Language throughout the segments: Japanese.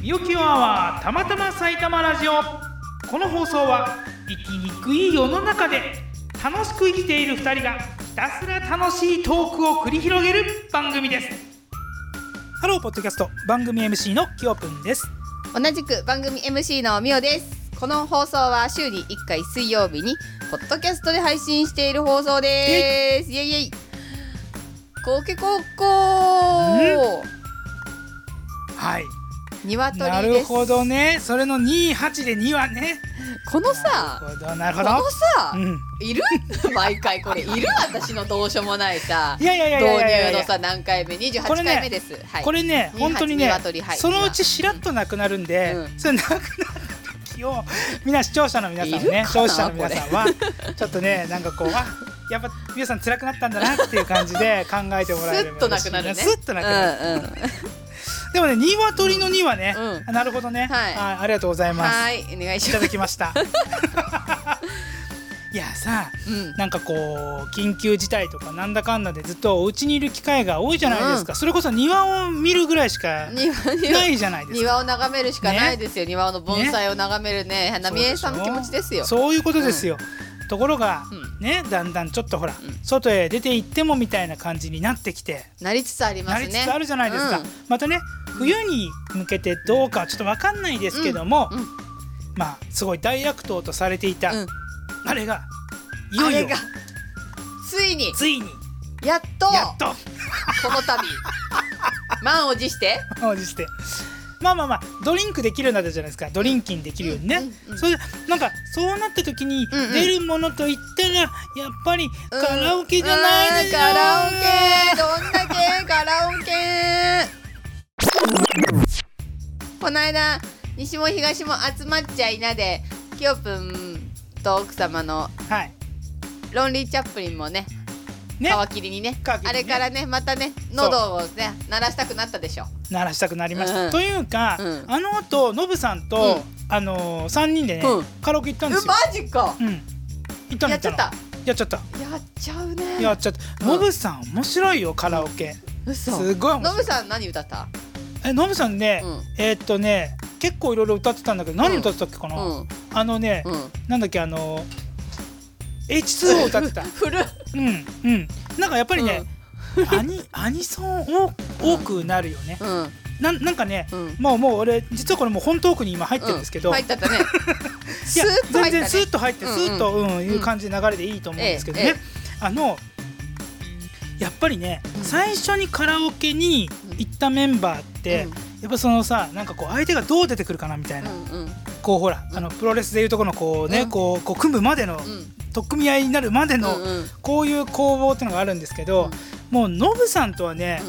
ぴよきよアワーたまたま埼玉ラジオこの放送は生きにくい世の中で楽しく生きている2人がひたすら楽しいトークを繰り広げる番組ですハローポッドキャスト番組 MC のきよぷんです同じく番組 MC のみおですこの放送は週に1回水曜日にポッドキャストで配信している放送ですイエイイエイ高家高校はい鶏ですなるほどねそれの28で2はねこのなるさほどなるこほのどさ、うんいる 毎回これいる私のどうしようもないさいやいやいやい導やいやい入やのさ何回目28これね回目です、はいこれね28本当にね鶏はいそのうちしらっとなくなるんで、うんそれなくなった時をみんな視聴者の皆さんいるかねな視聴者の皆さんはちょっとねなんかこうあやっぱ皆さん辛くなったんだなっていう感じで 考えてもらえればスッとなくなるね嬉しいスッとなくなる、うんうんでもね鶏の2はね、うんあなるほどね、はいあありがとうございますはいお願いいしたまだきました いやさ すうんなんかこう緊急事態とかなんだかんだでずっとお家にいる機会が多いじゃないですか、それこそ庭を見るぐらいしか庭にないじゃないですか。庭を眺めるしかないですよ、庭の盆栽を眺めるね花見えさんの気持ちですよそういうことですよ。ところが、うねだんだんちょっとほら、ん外へ出て行ってもみたいな感じになってきて、なりつつありまなすりねつつあるじゃないですか。うんまたね冬に向けてどうかはちょっとわかんないですけども、うんうんまあすごい大悪党とされていた、うんあれがいよいあよれがついについにやっとやっとこの 度満を持しておじして。まあまあまあドリンクできるようになったじゃないですかドリンキンできるようにね、うんうんうんそれでなんかそうなった時にうんうん出るものといったらやっぱりうんカラオケじゃないのようんカラオケどんだけカラオケこの間西も東も集まっちゃいなできよぷんと奥様のはいロンリー・チャップリンもねね皮切りにね皮切りにねあれからねまたねそう喉をね鳴らしたくなったでしょ鳴らしたくなりました、うんというか、うんあの後ノブさんと、あのー、3人でね、うんカラオケ行ったんですよ、マジかうん、行ったの行やっちゃっのたやっちゃったやっちゃうねやっちゃったうノんブさん面白いよカラオケ、嘘すごい面ノ白いブさん何歌ったえノブさんね、うんえーっとね結構いろいろ歌ってたんだけど何歌ってたっけかな、うんあのね、うんなんだっけあの H2 を歌ってた 古っうんうんなんかやっぱりね、アニアニソン多多くなるよね、うんなんなんかね、うんもうもう俺実はこれもう本トークに今入ってるんですけど、う入っちゃった ねいスやーッと全入った然ねスーッと入ってうんスうんーッとうんいう感じで流れでいいと思うんですけどえねええあのやっぱりねうん最初にカラオケに行ったメンバーってうんやっぱそのさなんかこう相手がどう出てくるかなみたいなうんうんこうほらあのプロレスでいうとこのこうねうんこうこう組むまでのうん取っ組み合いになるまでのうんうんこういう攻防っていうのがあるんですけうどんもうノブさんとはね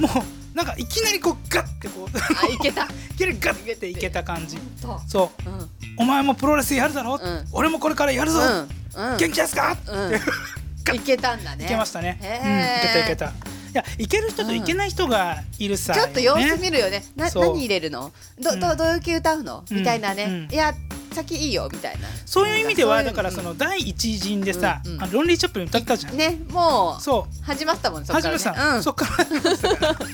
うんもうなんかいきなりこうガッてこう あいけたいきなりガッていけた感じとそううんうんお前もプロレスやるだろ、うん俺もこれからやるぞ、う ん元気ですか、うんいけたんだねいけましたね、へうん、いけーたいけたいやいける人といけない人がいるさ、ちょっと様子ね見るよね。なそう何入れるの？どうんどどういう系歌うの？うんみたいなうね。んいや先いいよみたいな。そういう意味ではそういうだからその第一陣でさ、うんうんあのロンリー・チャップリン歌ってたじゃん、ねもうそう始まったもんね。そ始っかめらてねさ、うんそそっから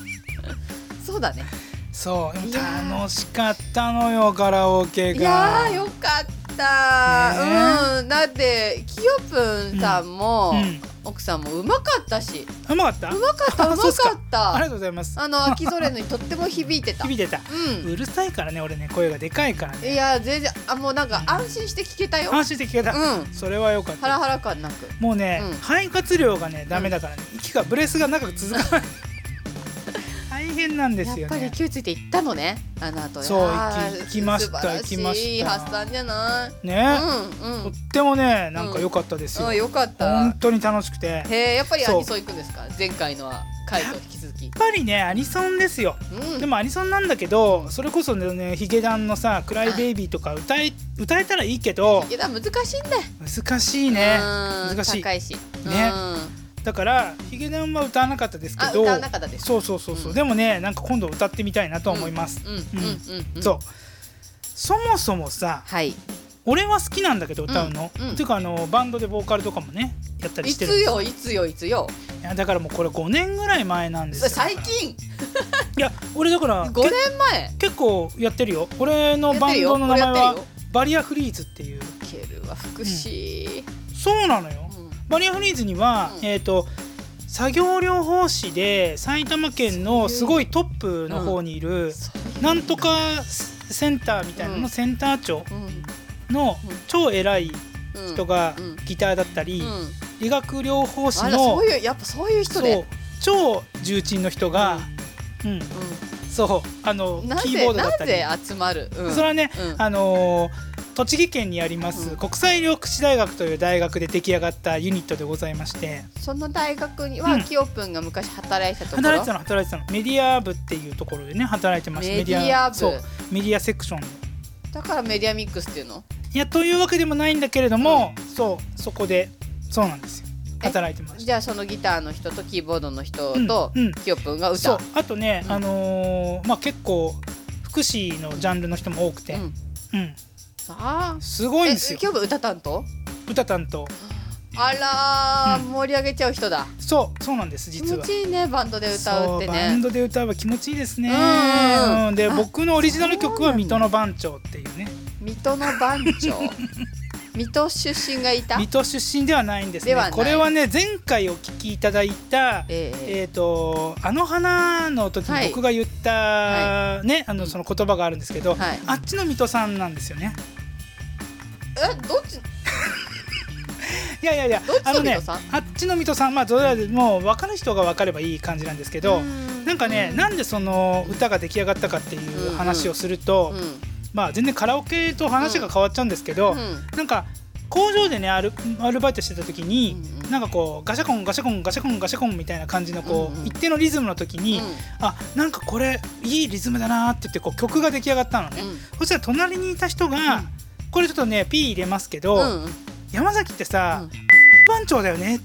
うだね。そういやー楽しかったのよカラオケいがやーよかった。うんだってキヨプンさんもうんうん奥さんもうまかったし。うまかったうまかったうあま そうかっすかありがとっうございますた。あの秋それのにとっても響い てた。う響いてた、ん。うるさいからね俺ね声がでかいからねいや全然あもうなんか安心して聞けたよ。安心して聞けた、うんそれはよかったハラハラ感なく。もうね、うん肺活量がねダメだからね息がブレスが長く続かない 大変なんですやよっぱりね勢いついていったのねあの後そうあー行き行きました素晴らしい行きましたいい発散じゃないね、うんうんとってもねなんか良かったですよ、うんよかった本当に楽しくてやっへえやっぱりアそうニソン行くんですか前回のは回と引 き続きぱりねアニソンですよ うんでもアニソンなんだけどそれこそねヒゲダンのさ「クライベイビー」とか歌え歌えたらいいけどいや難しいんだよ難しいねうん難しい高いしねうんだからヒゲダンは歌わなかったですけあど歌わなかったですそうそうそうそう、うんでもねなんか今度歌ってみたいなと思います、うんうんうんうんそうそもそもさ、はい俺は好きなんだけど歌うの、うんうんっていうかあのバンドでボーカルとかもねやったりいしてつるんですよいつよいつよいやだからもうこれ5年ぐらい前なんですよ最近いや俺だから5け年前結構やってるよ俺のバンドの名前やってるよは俺やってるよバリアフリーズっていうケルは福祉、そうなのようんバリアフリーズには、うんえっ、と作業療法士で埼玉県のすごいトップの方にいる、なんとかセンターみたいなのうんのセンター長うんのうん超偉いうん人がうんギターだったり、うん理学療法士あらのそういうやっぱそういう人でそう超重鎮の人が、うんそうあのうんなキーボーぜドだっなたりぜ集まる、うんそれはね、うんあのー栃木県にあります、うん国際医療福祉大学という大学で出来上がったユニットでございましてその大学には、うんキヨプンが昔働いてたところ働いてたの働いてたのメディア部っていうところでね働いてましたメディア部そうメディアセクションでだからメディアミックスっていうのいやというわけでもないんだけれども、そうそこでそうなんですよえ働いてましたじゃあそのギターの人とキーボードの人うんと、うんキヨプンがそ歌うあとね、うんあのーまあ結構福祉のジャンルの人も多くて、うんうん、あーすごいんえですキよヨプン歌担当歌担当あらー、う盛り上げちゃう人だそうそうなんです気実持はちいいねバンドで歌うってそうバンねドで歌うは気持ちいいですね、うんうんうんであ僕のオリジナル曲は「そうなん水だ戸の番長」っていうね水戸の番 長水戸出身がいた水戸出身ではないんですでねはないこれはね前回お聞きいただいたえええー、とあの花の時はにい僕が言った、ねあうのんその言葉があるんですけど、はいあっちの水戸さんなんですよねえどっちいやいやいやどっちあのの水ね戸さん、あっちの水戸さんまあどれだけもう分かる人が分かればいい感じなんですけど、うんなんかね、うなんでその歌が出来上がったかっていう話をすると、うんまあ全然カラオケと話が変わっちゃうんですけど、うんなんか工場でねアルアルバイトしてた時に、うんうんなんかこうガシャコンガシャコンガシャコンガシャコンみたいな感じのこう、うんうん一定のリズムの時に、あなんかこれいいリズムだなーって言ってこう曲が出来上がったのね、そしたら隣にいた人が、うんこれちょっとね P 入れますけど、うんうんうん山崎ってさ、番長だよねっ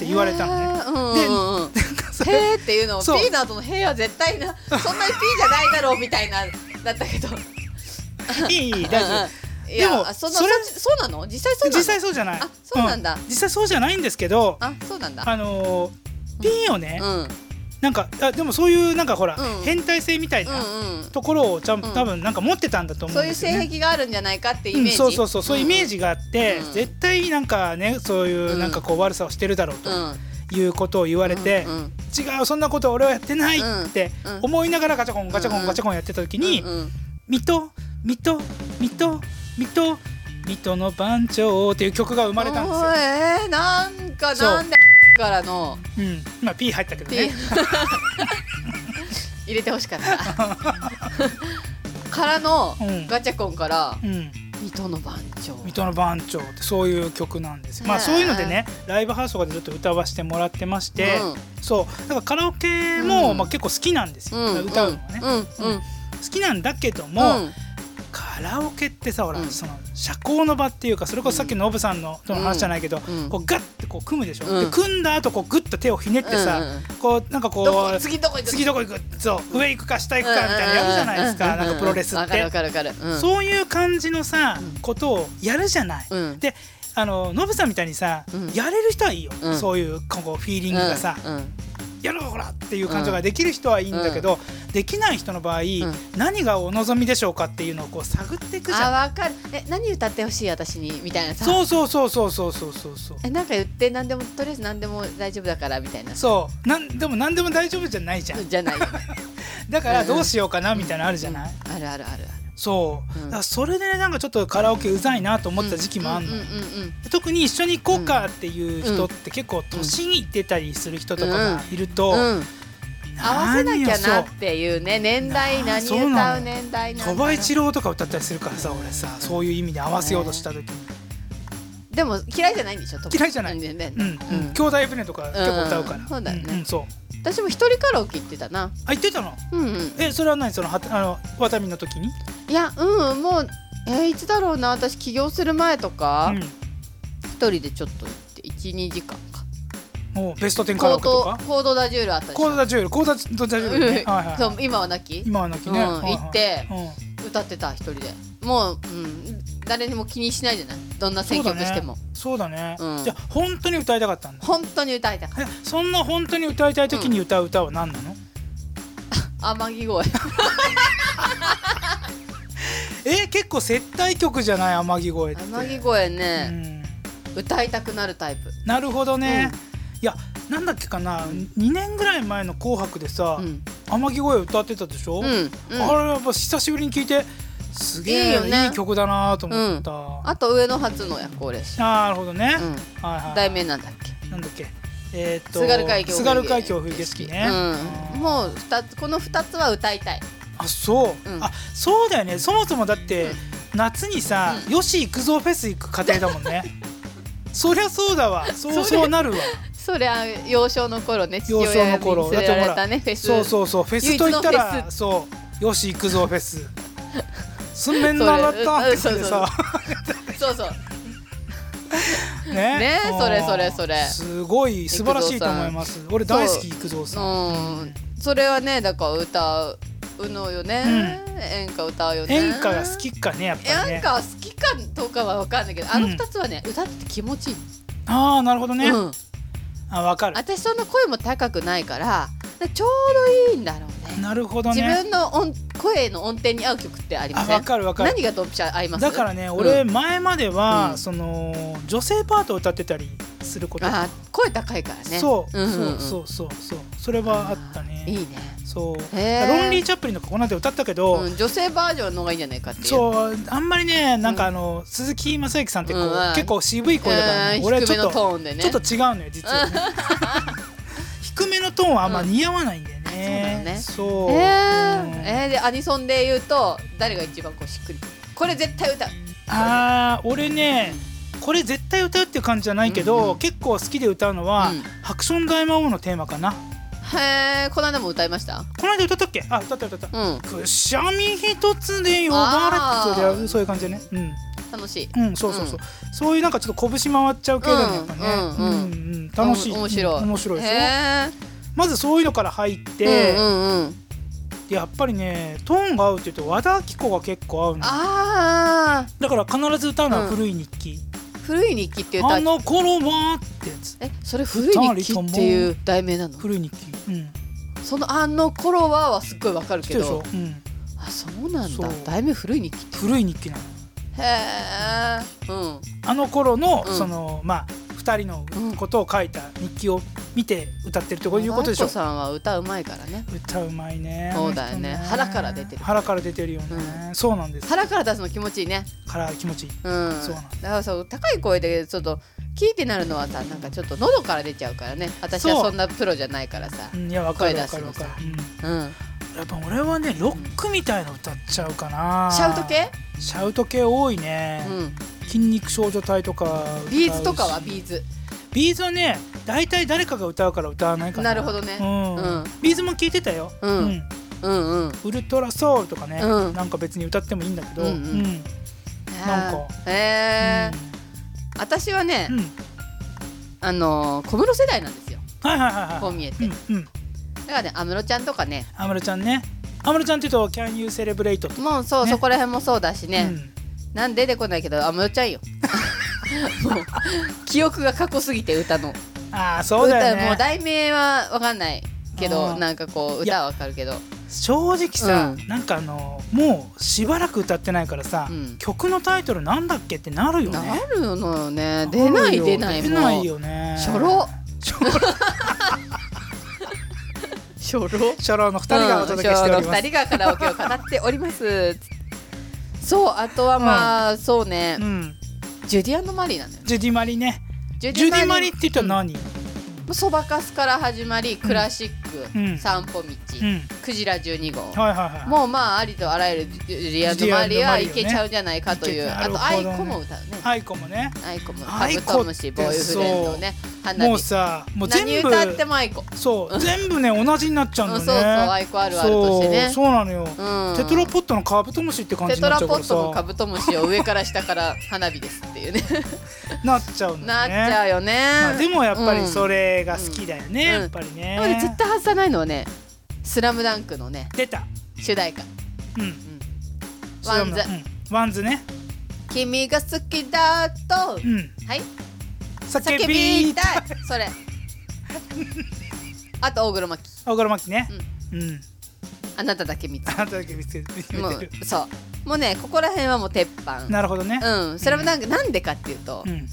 て言われたのね。ね。うんうんうん そへれーっていうのをピそうーの後の「へーは絶対なそんなにピーじゃないだろうみたいなだったけどいいいい大うん丈うんいやでもそのそれそそうなの実際そう夫なの実際そうじゃないあそうなんだ実際そうじゃないんですけどあそうなんだあのー、P をね、うんうんなんかあでもそういうなんかほら、うん変態性みたいなうんところをちゃん、うん多分なんか持ってたんだと思そううんいうですよね。性癖があるんじゃないかってイうメーん、ジそうそうそうそういうイメージジがあって、うん絶対なんかねそういうなんかこう悪さをしてるだろうということを言われて、違うそんなこと俺はやってないってうん思いながらガチャコンガチャコうンんガチャコンやってた時にうんうん「水戸水戸水戸水戸水戸の番長」っていう曲が生まれたんですおよー。えーなんかそうなんでからのうん、今 P 入ったけどピーね。入れてほしかった からのうんガチャコンからうん、水戸の番長水戸の番長ってそういう曲なんですよ。まあへえそういうのでねライブハウスとかでずっと歌わせてもらってまして、うんそうだからカラオケも、うんまあ、結構好きなんですよ、うん歌うのもね、うんうん好きなんだけども、うんカラオケってさほら、うんその社交の場っていうかそれこそさっきのノブさんのとの話じゃないけど、うんこうガッてこう組むでしょ、うんで組んだ後こうグッと手をひねってさ、うんうんこうなんかこどこう次どこ行く次どこ行くそう上行くか下行くかみたいなやるじゃないですか、うんうんうんなんかプロレスわっかるて、わかるわかる、うん、そういう感じのさ、うんことをやるじゃない。うんであのノブさんみたいにさ、うんやれる人はいいよ、うんそういうこうフィーリングがさ、うんやろうほらっていう感情ができる人はいいんだけど、できない人の場合、何がお望みでしょうかっていうのをこう探っていくじあゃん。わかるえ何歌ってほしい私にみたいなさそうそうそうそうそうそうそうそう。えなんか言って何でもとりあえず何でも大丈夫だからみたいなそうなんでも何でも大丈夫じゃない じゃんじゃ ないあだかうらんうんどうしようか なみたいなのあるじゃない、るあるあるそう、うんだからそれでねなんかちょっとカラオケうざいなと思った時期もあんの、うんうんうんうん特に一緒に行こうかっていう人って結構年に出たりする人とかがいると、うん合わせなきゃな何をっそうていうね年代なあ何そうな歌のう年代なんだろう鳥羽一郎とか歌ったりするからさ俺さそういう意味で合わせようとした時に、でも嫌いじゃないんでしょ鳥羽嫌いじゃないねねうんうん兄弟船とか結構歌うから、うんそうだよねんそう私も一人カラオケ行ってたなあ言ってたのうんうんえそれは何そのはあのワタミの時にいやうんもうえーいつだろうな私起業する前とかうん一、人でちょっと行って12時間かもうベスト10カラコオケーとトかコードダジュールあったでしコょーダジュールコーダジュールね、うんはいはいそはうい、今はなき今はなきうね、ん、はいはい行ってうん歌ってた一人でもう、うん、誰にも気にしないじゃないどんな選曲しても、そうだね、うんじゃあ本当に歌いたかったんだ本当に歌いたかっえそんな本当に歌いたい時に歌う歌は何なの、た天城越ええ結構接待曲じゃない天城越えって天城越えうね、ん歌いたくなるタイプなるほどね、いやなんだっけかな2年ぐらい前の「紅白」でさ、うん天城越え歌ってたでしょ、うんうんあれやっぱ久しぶりに聞いてすげえいいよいい,、ね曲だなと思った、ああと上野初の夜行列車、なるほどね、うん、はいはい題名なんだっけなんだっけえーっと津軽海峡津軽海峡冬景色ね、うん、もう二つこの二つは歌いたい あそう、うんあそうだよねそもそもだって、夏にさ、うよし行くぞフェス行く過程だもん ねそりゃそうだわそうそうなるわそりゃ幼少の頃ね父幼少親のに連頃れられたねフェスそうそうそうフェスと言った唯一のフらェそうよし行くぞフェスすんべんならったって 感じそれうんでさそうそうねねうんそれそれそれすごい素晴らしいと思います俺大好き行くぞさんうんそれはねだから歌うのよね、う演歌歌うよね演歌が好きかねやっぱり演ね歌は好きかどうかは分かんないけどあのうん二つはね、歌って気持ちいいああなるほどね、うん、あわかる私そんな声も高くないからちょうどいいんだろうねなるほど自ね分の音声の音程に合う曲ってありまあせんわかるわかる何がドンピシャ合いますだからね俺うん前までは、うんその女性パートを歌ってたりすることあー声高いからねそう、んんんそうそうそうそうそれはあったいいねね、そうへーロンリー・チャップリンとかこの間歌ったけど、うん、女性バージョンの方がいいんじゃないかっていうそうあんまりねなんかあの、鈴木雅之さんってこう、うんうん結構渋い声だから、ねうん俺は低ちめょのっと、トーンでねちょっと違うのよ実は、ね、 低めのトーンはあんま似合わないんだよね、あそうえーうんえーでアニソンで言うと誰が一番こうしっくりこれ絶対歌うあー俺ねこれ絶対歌うっていう感じじゃないけど、うんうん結構好きで歌うのは「うんハクション大魔王」のテーマかなへえこの間も歌いましたこの間歌ったっけあ歌った歌った、うんくしゃみ一つで呼ばれてそあーうだよそういう感じでねうん楽しいうん、そうそうそう、そういうなんかちょっと拳回っちゃう系だね、やっぱね、うんんうううんんうん楽しい、お面白いうん面白いでしょへまずそういうのから入っえて、うんうんうんでやっぱりねトーンが合うって言うと和田アキ子が結構合うのあだから必ず歌うのは古い日記、ー古い日記っていう歌あの頃はってやつえそれ古い日記っていう題名なの古い日記うんその「あの頃は」はすっごいわかる知ってけるでしょど、うん、あそうなんだそう題名古い日記って古い日記なのへえうんあの頃の、うんそのまあ2人のことを書いた日記を見て歌ってるってこういうことでしょ和田アキ子さんは歌うまいからね歌うまいねそうだよねあの人腹から出てる腹から出てるよね、そうなんです腹から出すの気持ちいいねから気持ちいいうんそうなだかのらそう高い声でちょっと聞いてなるのはさなんかちょっと喉から出ちゃうからね私はそうそんなプロじゃないからさうんいやわかる声わ出すかるのわさかる、うんうんやっぱ俺はねロックみたいの歌っちゃうかなシャウト系シャウト系多いね、うん筋肉少女隊とか歌うしビーズとかはビーズビーズはね大体誰かが歌うから歌わないからなるほどねうんうんビーズも聞いてたよ、うんうんうんウルトラソウルとかね、うんなんか別に歌ってもいいんだけど、うんうんなんかへえ私はねうんうんあのー小室世代なんですよはいはいはいこはう見えていうんうんだからね安室ちゃんとかね安室ちゃんね安室ちゃんっていうと「Can You Celebrate」とかもうそう、ねそこら辺もそうだしね、うんなんで出てこないけど安室ちゃん よもう記憶が過去すぎて歌のああそうだよ歌もうね題名はわかんないけあどーなんかこういや歌はわかるけど正直さ、うなんかあのもうしばらく歌ってないからさ、うん曲のタイトルなんだっけってなるよなねるのよね出ない出ない出なもいうよね初老初老初老 初老の二人がお届けしております、 2人がカラオケを語ってお りますそうあとはまあ、そうねう、ん、ジュディアンド・マリーなんだよねジュディマリねジジュディマリって言ったらうん何、うんそばかすから始まりクラシッうク、ん散歩道、クジラ12号、はいはいはいもうまあありとあらゆるジュリアンド・マリはいけちゃうんじゃないかという、いけちゃうあとなアるほイどねコも歌うねアイコもねアイコもカアイブコトムシボーイフレンドね花もう火さもう何全部歌ってもアイコ、そう全部ね同じになっちゃううんんだそねうそうアイコあるあるとしてねそうそうなのよ、うんテトラポットのカブトムシって感じテにトなっラちゃうかポらットのカさブトムシを上から下から花火ですっていうねなっちゃうん なだよっちねゃうよね、まあ、でもやっぱうんりそれが好きだよね、うんやっぱりね、でもね絶対外さないのはね「スラムダンクのね出た主題歌うん「ワンズそういうのうんワンズね君が好きだと」うんはい叫叫びびたいそれあと大黒摩季大黒摩季ねうんうん、 あなただけ見つあなただけ見つけて決けもめてるうそうもうねここら辺はもう鉄板なるほどねうんそれもなんかなんでかっていうと、うん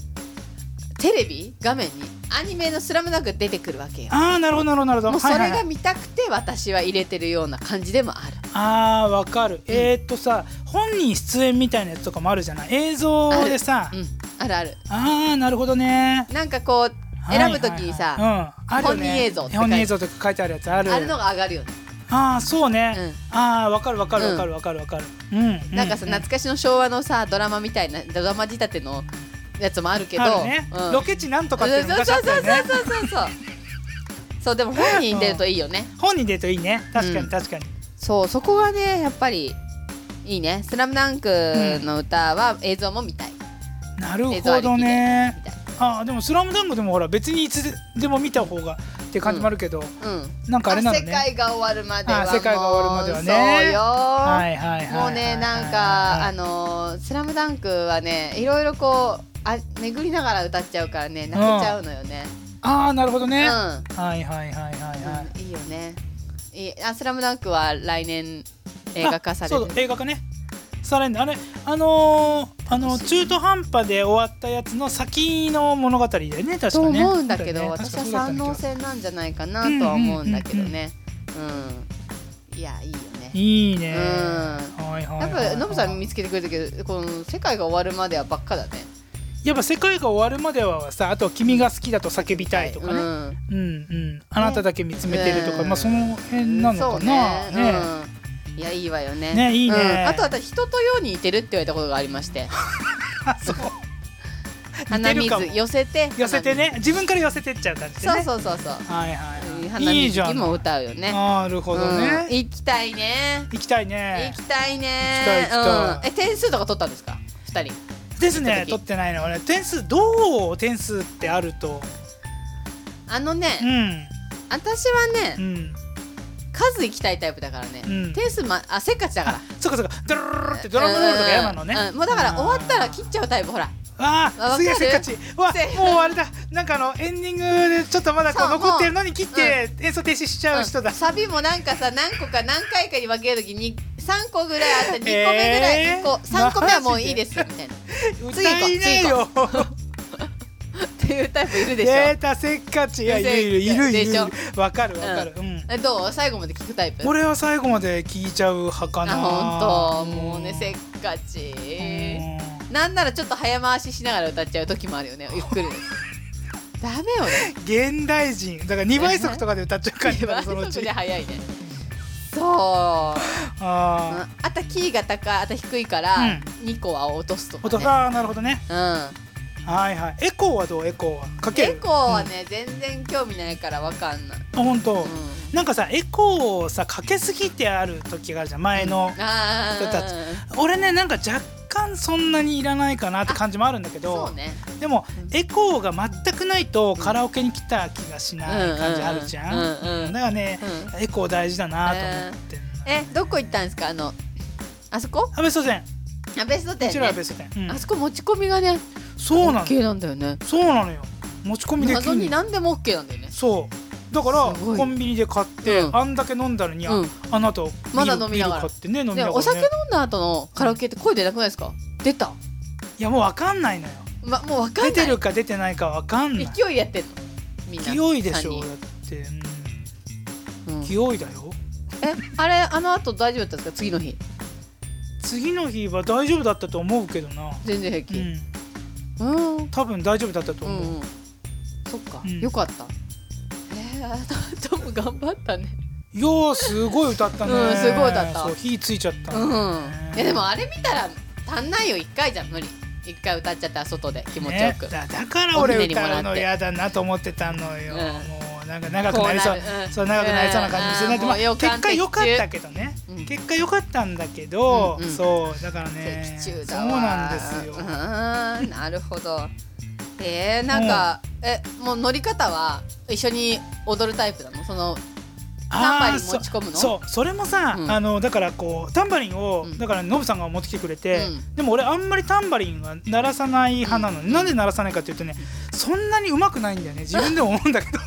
テレビ画面にアニメの「スラムダンクが出てくるわけよああなるほどなるほどなるほもどうそはいはれいはがい見たくて私は入れてるような感じでもあるあーわかるえーっとさ本人出演みたいなやつとかもあるじゃない映像でさうんあるあるああなるほどねなんかこうはい選ぶときにさ、うんあるよね本人映像って書いて本人映像とか書いてあるやつあるあるのが上がるよね、ああそうね、うんああわかるわかるわかるわかるわかるうんなんかさうう懐かしの昭和のさドラマみたいなドラマ仕立てのやつもあるけどあるねうん、ロケ地なんとかっていうの昔あそっうたそうよねそうそうそうそうそうでも本人出るといいよね本人出るといいね確かうにん確かに、そうそこがねやっぱりいいね「スラムダンクの歌は映像も見たい、なる映像あほどりきでねみたいああでも「スラムダンクでもほら別にいつでも見た方がって感じもあるけど、うんなんかあれなの世ね界が終わるまではあ世界が終わるまではねそうよ、はいはいはいはいもうねなんかあのースラムダンクはねいろいろこうあ巡りながら歌っちゃうからね泣けちゃうのよね。ああなるほどうん、ね、うんはいはいはいはいはい、いいよね。いいあスラムダンクは来年映画化されあそるう。だ映画化ねされんだあれあのーあの中途半端で終わったやつの先の物語だよね確かねと思うんだけど、そうよね私確はかそう三だ能ったよ線なんじゃないかなとは思うんだけどね。うん。いやいいよね。いいうね、ん。はいはいやっはいぱノブさん見つけてくれたけど、この世界が終わるまではばっかだね。やっぱ世界が終わるまではさあとは君が好きだと叫びたいとかね、うんね。うんあなただけ見つめてるとか、うんまあその辺なのそかうな、ねねうん、いやいいわよねねいいねうんあと私人とように似てるって言われたことがありましてあそう鼻 似てるかも水寄せて寄せてね自分から寄せてっちゃう感じで鼻ね水そうそうそうそうはいはいは花いいい水じゃ木んも歌うよねなるほどね、うん行きたいね行きたい行ねきたい行ねきたい行きたいうん、え点数とか取ったんですか二人ですね行った時取ってないの俺点数どう点数ってあるとあのね、うん私はね、うん数行きたいタイプだからね、うん点数、ま、あせっかちだからあそっかそっかドロロロロってドラムロールとか嫌なのねうんうんもうだから終わったらあー切っちゃうタイプほらあわあかするげえせっかちうわせもうあれだなんかあのエンディングでちょっとまだこうそう残ってるのに切って演奏停止しちゃう人だ、んサビもなんかさ何個か何回かに分けるときに3個ぐらいあって2個目ぐらい、えー二個3個目はもういいですみたいなっ歌いねえよていうタイプいるでしょ、データせっかちいやいるいるいるいるいでしるょわかるわかる、うんえどう最後まで聞くタイプ俺は最後まで聞いちゃう派かなあ本当もうねせっかかちなんならちょっと早回ししながら歌っちゃう時もある よねゆっくりでダメよね現代人だから2倍速とかで歌っちゃう感じだ今 なそのうのちで早いねそううんああとキーが高いあと低いからうん2個は落とすとー音かね、がなるほどねうんはいはいエコーはどうエコーはかけるエコーは、ね、全然興味ないからわかんない、うんあ本当、うん、なんかさエコーをさかけすぎてある時があるじゃん前の、あ人たちー俺ねなんか若干そんなにいらないかなって感じもあるんだけどそうねでもエコーが全くないとカラオケに来た気がしない感じあるじゃん、うんうんうんうんだからね、エコー大事だなと思って、えどこ行ったんですかあのあそこあベストテンあベストこ店、ちねらはベストテン、うんあそこ持ち込みがねそうなの OK なんだよねそうなのよ持ち込みでき謎るに何でも OK なんだよねそうだからすごいコンビニで買って、うんあんだけ飲んだのに、あうんあの後まだ飲みなビールビーがらル買ってね飲みなでがら、ね、もお酒飲んだ後のカラオケって声出なくないですか出た、いやもうわかんないのよま、もうわかんな出いてるか出てないかわかんない勢いでやってんのみんな勢いでし三ょ人だって、ううんん、え勢いだよあれあの後大丈夫だったんですか次の日次の日は大丈夫だったと思うけどな全然平う気んうん多分大丈夫だったとう思う、んうん、そっか、うんよかったえー、あとも頑張ったねいやーすごい歌ったね、うんすごい歌ったそう火ついちゃった、うんいやでもあれ見たら足んないよ一回じゃ無理一回歌っちゃったら外で気持ちよねく、だだから俺おひねりも歌らってうの嫌だなと思ってたのよ、うんもうなんか長くなりそうこうなるうんそう長くなりそうな感じするなって、うんまあもう予感結果的良かったけどね、うん結果良かったんだけど、うんうんそうだからね劇中だそうわなんですよ、うーんなるほどえー、なんか、えもう乗り方は一緒に踊るタイプなのそのタンバリン持ち込あむのーそうそうそれもさ、うんあのだからこうタンバリンを、うんだからノブさんが持ってきてくれて、うんでも俺あんまりタンバリンは鳴らさない派なの、うん なんで鳴らさないかっていうとねそんなに上手くないんだよね自分でも思うんだけど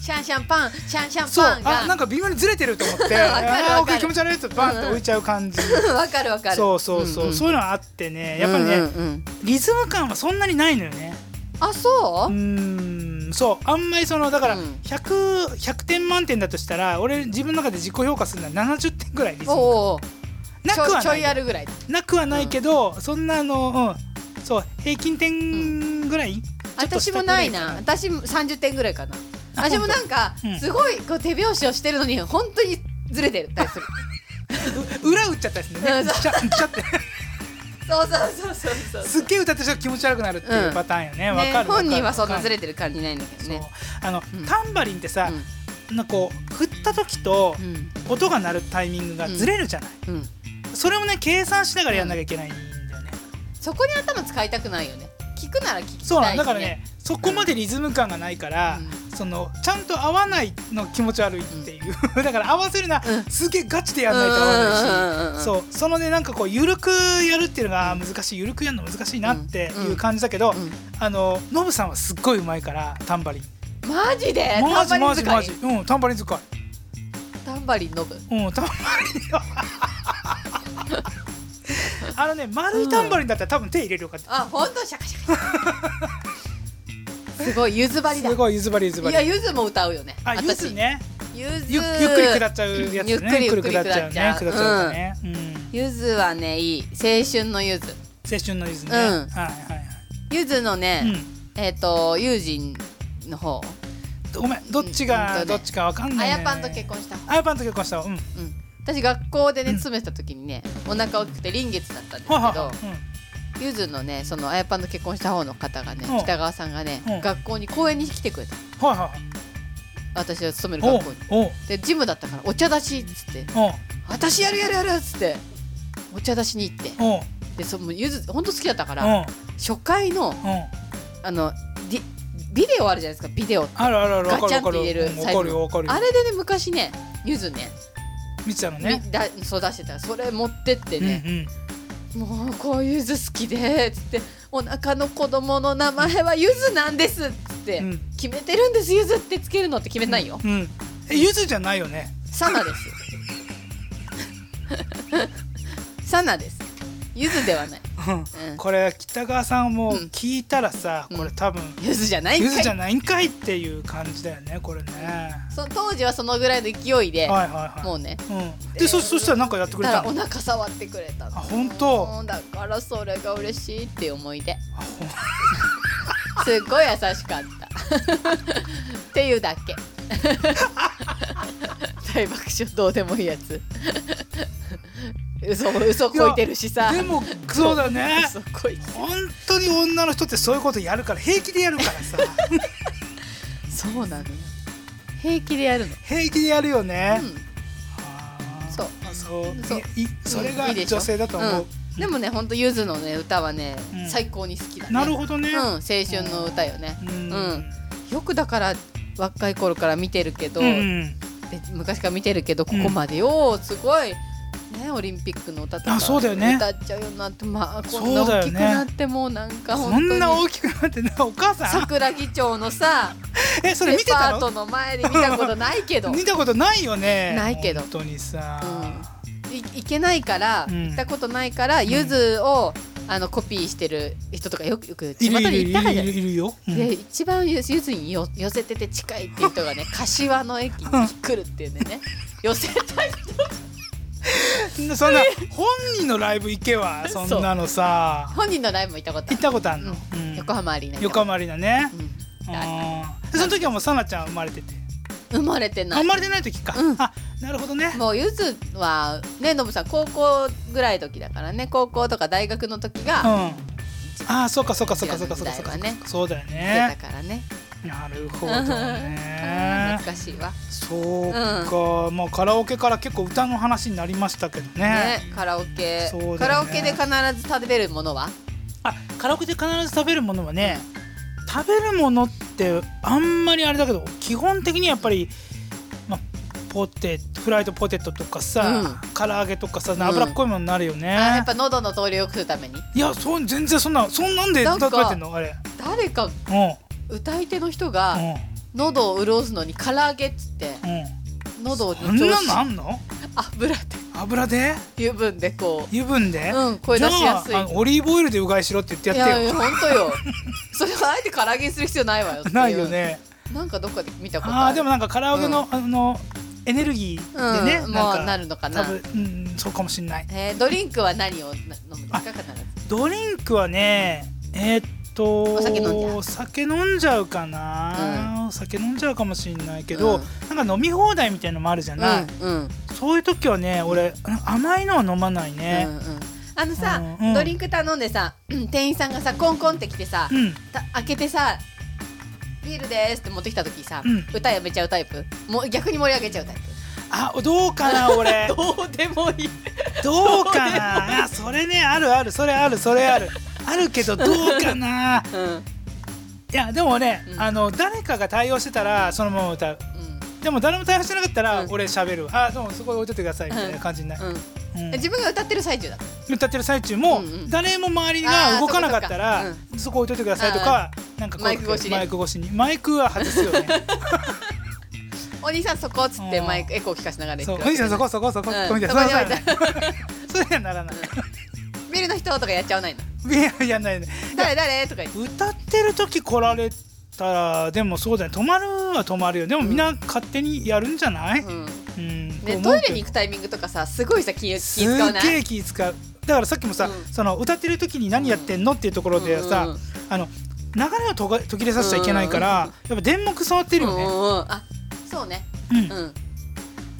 シャンシャンパンシャンシャンそうパンあがなんか微妙にずれてると思って わかあるーわオッかケるー気持ち悪いってバンって置いちゃう感じわかるわかるそうそうそう、んんそういうのはあってねやっぱりね、うんうんうんリズム感はそんなにないのよねあそうう、ーんそうあんまりそのだからうん 100, 100点満点だとしたら俺自分の中で自己評価するのは70点ぐらいリズムおおなちょくはちょないいあるぐらいだなくはないけど、そんなあの、うん、そう平均点ぐらい、ちょっと私下もぐらないな私も30点ぐらいかな私もなんか当うんすごいこう手拍子をしてるのに本当にずれてるた りするう裏打っちゃったりするんだよね ううんっちゃうっちゃ ってそうそうそうそうそうすっげえ歌ってる人気持ち悪くなるっていうパターンよねわ、ねかる本人はそんなずれれてる感じないんだけどねあの、うんタンバリンってさ、なんかこう振った時とうんうん音が鳴るタイミングがずれるじゃない、うんそれもね計算しながらやんなきゃいけないんだよね、そこに頭使いたくないよね聞くなら聞きたいしそうなんだからねそこまでリズム感がないから、そのちゃんと合わないの気持ち悪いっていう、 だから合わせるな、うんすげえガチでやんないと合わないし、ないそうそのねなんかこう緩くやるっていうのが難しい緩くやるの難しいなっていう感じだけど、あのノブさんはすっごいうまいからタンバリンマジでマタジンバマリジンマ使ジいうんタンバリン使いタンバリンノブうんタンバリン はあのね丸いタンバリンだったら多分手入れるよかった、あ本当シャカシ ャカすごいゆずばりだすごいゆずばりゆずばいりやゆずも歌うよねあゆ私ずねゆずゆゆっくり下っちゃうやつねゆっくりゆっくり下っちゃうね下っちゆっくり下っちゃうゃうね、うんゆずはねいい青春のゆず青春のゆずね、うんはいはいゆずのね、はい、うんえっ、と友人の方ごめんどっちうんがうんとどねっちかわかんあない、ね、やぱんと結婚した方あやぱんと結婚したうんうん私学校でねうん詰めた時にね、お腹大きくて臨月だったんですははけはどゆずのねそのあやぱんと結婚した方の方がねうん北川さんがね、うん学校に公園に来てくれたうんはいは私が勤めいるはい学校におうおうでジムだったからお茶出しっつっておう「私やるやるやる」っつってお茶出しに行っておうでそのゆずほんと好きだったからおう初回のおうあのディビデオあるじゃないですかビデオあるあるあるわかるガチャわンっかてる入れるうんわかるよわかるよあれでね昔ねゆずね見てたのねみだそう出してたそれ持ってってうんうね、んもうこうゆず好きでつってお腹の子供の名前はゆずなんですっつって、うん決めてるんですゆずってつけるのって決めてないよ、うんえゆずじゃないよ ねサナですサナですゆずではない、うん、これ北川さんもうん聞いたらさこれ多分ゆずじゃないんゆかずいじゃないんかいっていう感じだよねこれねその当時はそのぐらいの勢いで、はいはいもはうねいうんでそそしたらなんかやってくれだたからおの腹触ってくれたあの本当うんだからそれが嬉しいっていう思い出あほんすっごい優しかったっていうだけ 大爆笑どうでもいいやつ嘘も嘘こいてるしさでもそうだね嘘こい本当に女の人ってそういうことやるから平気でやるから さそうなのよ平気でやるの平気でやるよねうあーそうあそうそういいそれがいいでしょ女性だと思う、んでもねほんとゆずのね歌はね、うん最高に好きだねなるほどね、うん、青春の歌よねうんうんうんよくだから若い頃から見てるけど、うんで昔から見てるけどここまでよ、すごい、ね、オリンピックの歌とかあそうだよね歌っちゃうようになって、まあ、こそんうなだ大よねきくなってもうなんかこん本な当に大きくなってねお母さん桜木町のさえそれデ見てパたートのの前で見たことないけ ど見たことないよねないけど本当にさ、い行けないから、うん行ったことないからゆずをあのコピーしてる人とかよくよくい巷るいるにい行ったるからいじゃるないいるよ、うんで一番ゆゆずによ寄せてて近いっていう人がね柏の駅に来るっていうんでね寄せたいそんな本人のライブ行け はそんなのさ本人のライブも行ったこと行あるったことあるの、ううん横浜アリーナ横浜アリーナね、うんうんでその時はもうさなちゃん生まれてて生まれてな生いまれてない時か、うんあなるほどねもうゆずはねのぶさん高校ぐらい時だからね高校とか大学の時うんがああそうかそうかそうかそうかそうかそうか時代はねそうだよ出たねからねなるほうどんね懐かしいわそうか、まあカラオケから結構歌の話になりましたけどねねカラオケそうだよねカラオケで必ず食べるものはあカラオケで必ず食べるものはね食べるものってあんまりあれだけど基本的にやっぱり、まあ、ポテフライドポテトとかさ、唐揚げとかさん脂っこいものになるよね、あやっぱ喉の通りを良くするためにいやそう全然そんなそんなんでなんか食べてんのあれ誰かうん歌い手の人がうん喉を潤すのに唐揚げっつってう喉をん、そん潤なしのあんの油で油で油分でこ油分で、ううん声出しやすいじゃああのオリーブオイルでうがいしろって言っていやってやよいや本当よ それはあえて唐揚げにする必要ないわよっていう ないよねなんかどっかで見たことあああるでもなんか唐揚げの、あのエネルギーでね、うん、なもんうかなるの多かな分、うん、そうかもしんないえー、ドリンクは何をな飲むんですか必ずドリンクはねえーっとお酒飲んじゃう酒飲んじゃうかな、お酒飲んじゃうかもしんないけど、うんなんか飲み放題みたいのもあるじゃない、うんうんそういう時はね俺甘いのは飲まないねうんうんあのさ、うんうんドリンク頼んでさ うん店員さんがさコンコンって来てさ、うん、た開けてさビールですって持ってきた時さ、うん歌やめちゃうタイプもう逆に盛り上げちゃうタイプあ どうかな 俺どうでもいいどうかなあそれねあるあるそれあるそれあるあるけどどうかなうんうんいやでもね、うんあの誰かが対応してたらそのまま歌うでも誰も対応してなかったらうん俺喋る、あどうもそこに置いといてくださいみたいな感じになる、ううんん自分が歌ってる最中だ歌ってる最中も、うんうん誰も周りが動かなかったらあーそそっかこ置いといてくださいとか、なんかこうマイク越しにマイク越しにマイクは外すよ ねお兄さんそこっつってうんマイクエコー聞かしながら言そうってお兄さんそこそこそこ、うんここみたいそこなに置いそうそう そうそれにはならない、ビールの人とかやっちゃわないのいやいやないね誰誰とか言って歌ってる時来られたらでもそうだね止まるは止まるよでもみんな勝手にやるんじゃない、うんうんとね、思うトけイレどに行くタイミングとかさすごいさ気気す使っわないげえ気使うだからさっきもさ、うんその歌ってる時に何やってんのっていうところでさ、うんうんうんあの流れをとが途切れさせちゃいけないから、やっぱ電目触ってるよね、うんうんうんあそうねうんうん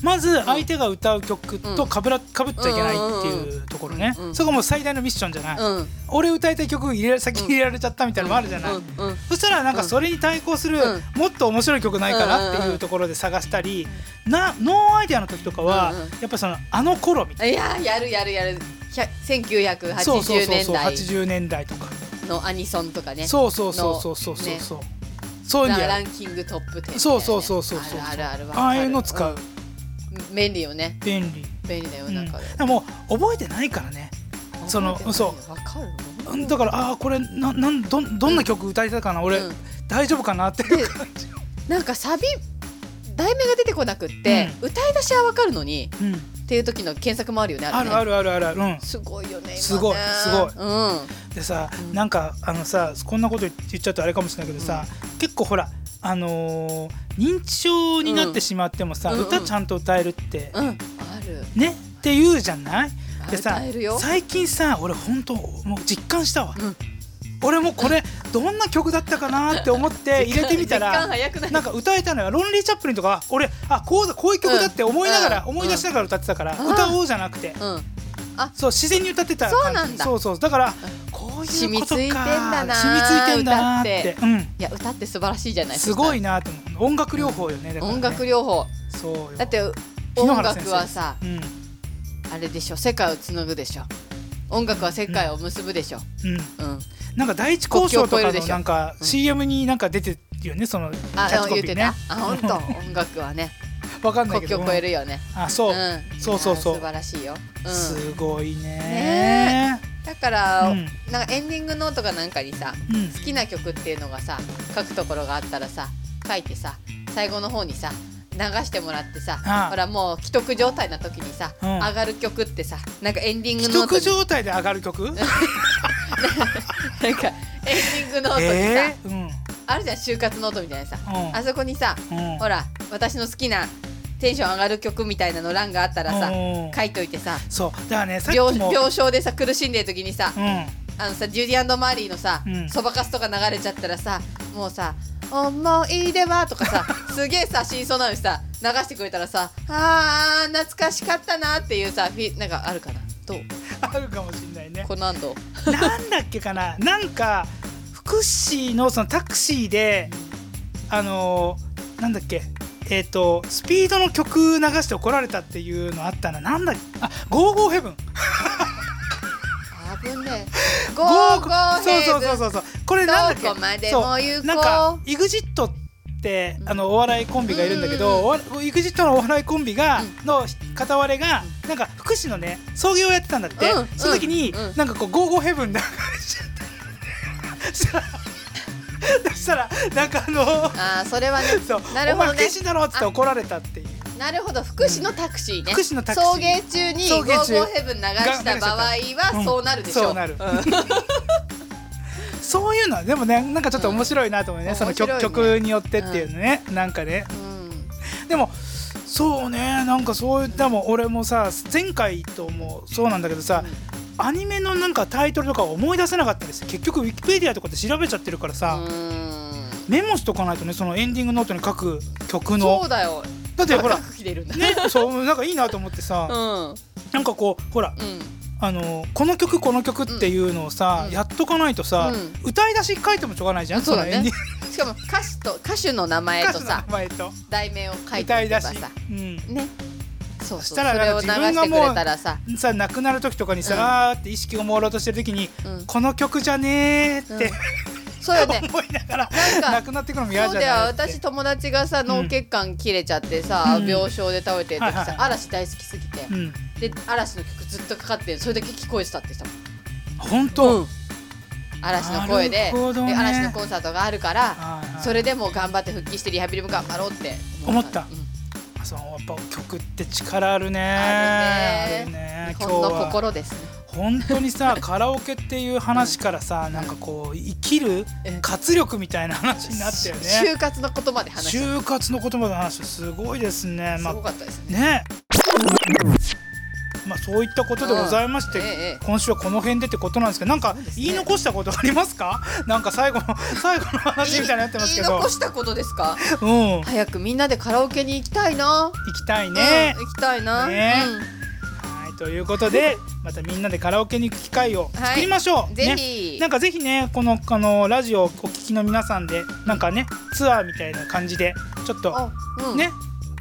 まず相手が歌う曲とかぶらかぶっちゃいけないっていうところね、うんうんそこもう最大のミッションじゃない、うん俺歌いたい曲入れら先に入れられちゃったみたいなのもあるじゃない、うんうんうんそしたらなんかそれに対抗する、うもっと面白い曲ないかなっていうところで探したり、なノーアイデアの時とかは、うんうんやっぱそのあの頃みたいいやーやるやるやるひゃなそうそう1980そう年そう代80年代とか、のアニソンとかねそうそうそうそうそうそうそう、そういうラのやランるキングトップ10みたいなねそうそうそうそうそうあるあるあるわかるああいうの使う、うん便利よね便利、便利だようんなんかでも覚えてないからねそのそうわかるうんだからああーこれななんどんどんな曲歌いたかな、俺、うん大丈夫かなっていう感じ、なんかサビ題名が出てこなくって歌い出しはわかるのにうん、っていう時の検索もあるよねあるあるねるあるあるある、うん、すごいよね今ねすごいすごいうんでさ、うんなんかあのさこんなこと言っちゃうとあれかもしれないけどさ、結構ほらあのー認知症になってしまってもさ、うんうん歌ちゃんと歌えるって、うん、ある。ねって言うじゃないでさ歌えるよ。最近さ俺ほんともう実感したわ、うん俺もこれどんな曲だったかなって思って入れてみたら時間早くない。なんか歌えたのよロンリー・チャップリンとかあ俺あこうだこういう曲だって思いながら、うん思い出しながら歌ってたから、うん歌おうじゃなくて、うん、そう自然に歌ってたそうなんだそうそうだからこういうことか染みついてんだな染みついてんだなって歌うんいや、歌って素晴らしいじゃない。すごいなと思う音楽療法よね,、だからね音楽療法。そうよだって、篠音原先生楽はさ、うんあれでしょ世界をつなぐでしょ音楽は世界を結ぶでしょうんうん。なんか第一交渉と国か境を越えるでのしょなんかうん CM になんか出てるよねそのキャあ、ッチコ言ピってーたね。あ、本当。 音楽はね、わかんないけ国境どを越えるよね。。うんあそううんそうそうそういや素晴らしいよ。うん。すごいねねだから、うんなんかエンディングノートかなんかにさ、うん好きな曲っていうのがさ書くところがあったらさ書いてさ最後の方にさ流してもらってさああほらもう既得状態な時にさ、うん上がる曲ってさなんかエンディング既ノート得に状態で上がる曲なんかエンディングノートにさ、えーうんあるじゃん就活ノートみたいなさ、うんあそこにさうんほら私の好きなテンション上がる曲みたいなの欄があったらさうん書いといてさそうだからねさっき病も病床でさ苦しんでる時にさうんあのさジュディアンドマリーのさうんそば、かすとか流れちゃったらさもうさ「思い出は」と かさすげえさ真相なのにさ流してくれたらさ「あー懐かしかったな」っていうさフィなんかあるかなどう あるかもしれないねこの安藤 なんだっけかななんか福祉のそのタクシーであのーなんだっけえっ、とスピードの曲流して怒られたっていうのあったななんだっけあゴーゴーヘブンあぶ ねえゴーゴーヘそうブそうンそうそうこれなんだっけどこまでも行こそうなんか EXIT ってあのお笑いコンビがいるんだけうんうんど、おわ EXIT のお笑いコンビが、うんの片割れがなんか福祉のね創業をやってたんだって、うんその時に、うん なんかこう「ゴーゴーヘブン」流しちゃった。したらなんかあのあーそれはねそうなるほどねお前不謹慎だろっつって怒られたっていうなるほど福祉のタクシーね福祉のタクシー送迎中に送ゴ迎ー中ゴーヘブン流した場合うはんそうなるでしょそうなるんそういうのはでもねなんかちょっと面白いなと思うね、うんその曲,、面白いね曲によってっていうのね、なんかねうんでもそうねなんかそういうでも俺もさ前回ともそうなんだけどさ、アニメのなんかタイトルとか思い出せなかったです結局ウィキペディアとかで調べちゃってるからうさ、んメモしとかないとねそのエンディングノートに書く曲のそうだよだってほら赤く切れるんだねそうなんかいいなと思ってさ、うんうんなんかこうほらあのこの曲この曲っていうのをさ、うんやっとかないとさ、う歌い出し書いてもしょうがないじゃんそうだのエンデねィンしかも歌詞と歌手の名前グと歌手のさ名前と題名を書いて歌れいば出しさ、うん、ねそうそしそうたそられを流してくれたらささ亡くなる時とかにさ、うんあーって意識を朦朧としてる時に、うんこの曲じゃねーって、そうよね思いながらなんか亡くなってくのも 嫌そうじゃだよないって私友達がさ脳血管切れちゃってさ、うん病床で倒れてる時はいはさ、い嵐大好きすぎて、うんで嵐の曲ずっとかかってそれだけ聞こえてたってさ本当、うん嵐の声で,、なるほどねで嵐のコンサートがあるからはいはいそれでも頑張って復帰してリハビリも頑張ろうって思うんそうやっぱ曲って力あるねあるねあるね日今日本のは心ですね本当に さカラオケっていう話からさなんかこう生きるうん活力みたいな話になったよね就活のことまで話して就活の言葉の話すごいですねますごかったですあねねまあそういったことでございまして、うんええええ今週はこの辺でってことなんですけどなんかそうですね言い残したことあります かなんか最後の最後の話みたいになってますけ言いど残したことですかうん行早くみんなでカラオケに行きたいなきたいねう、ん行きたいな、ねはい、ということで、またみんなでカラオケに行く機会を作りましょう。うん、ぜひ、ね、なんかぜひね、この、あの、ラジオをお聞きの皆さんで、なんかね、ツアーみたいな感じで、ちょっと、あうん、ね。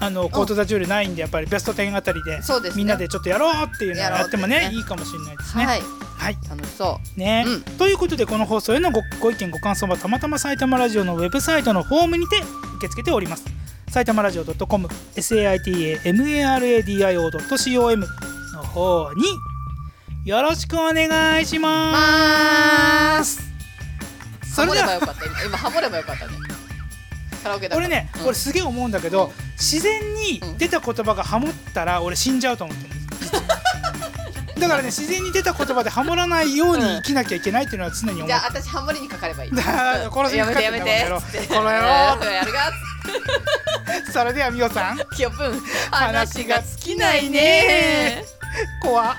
あの、コートダジュールないんで、やっぱりベスト10あたりで、そうですねみんなでちょっとやろうっていうのをやろうやってもってね、ねいいかもしれないですね。はいはい楽しそね、うんということでこの放送へのごご意見ご感想はたまたま埼玉ラジオのウェブサイトのホームにて受け付けております埼玉ラジオ .com saitamaradio.com の方によろしくお願いしうままーすすそハれモでればはよかった今今ハモればよかったねカラオケだから俺ね、うん俺すげえ思うんだけど、うん自然に出た言葉がハモったら俺死んじゃうと思ってるん ですだからね自然に出た言葉でハモらないように生きなきゃいけないっていうのは常に思ってじゃあ私ハモリにかか ればいいだ殺しにやかかっててめやんめだこの野郎てつってこ の野 郎やるがそれではみおさん気分話が尽きないね怖っ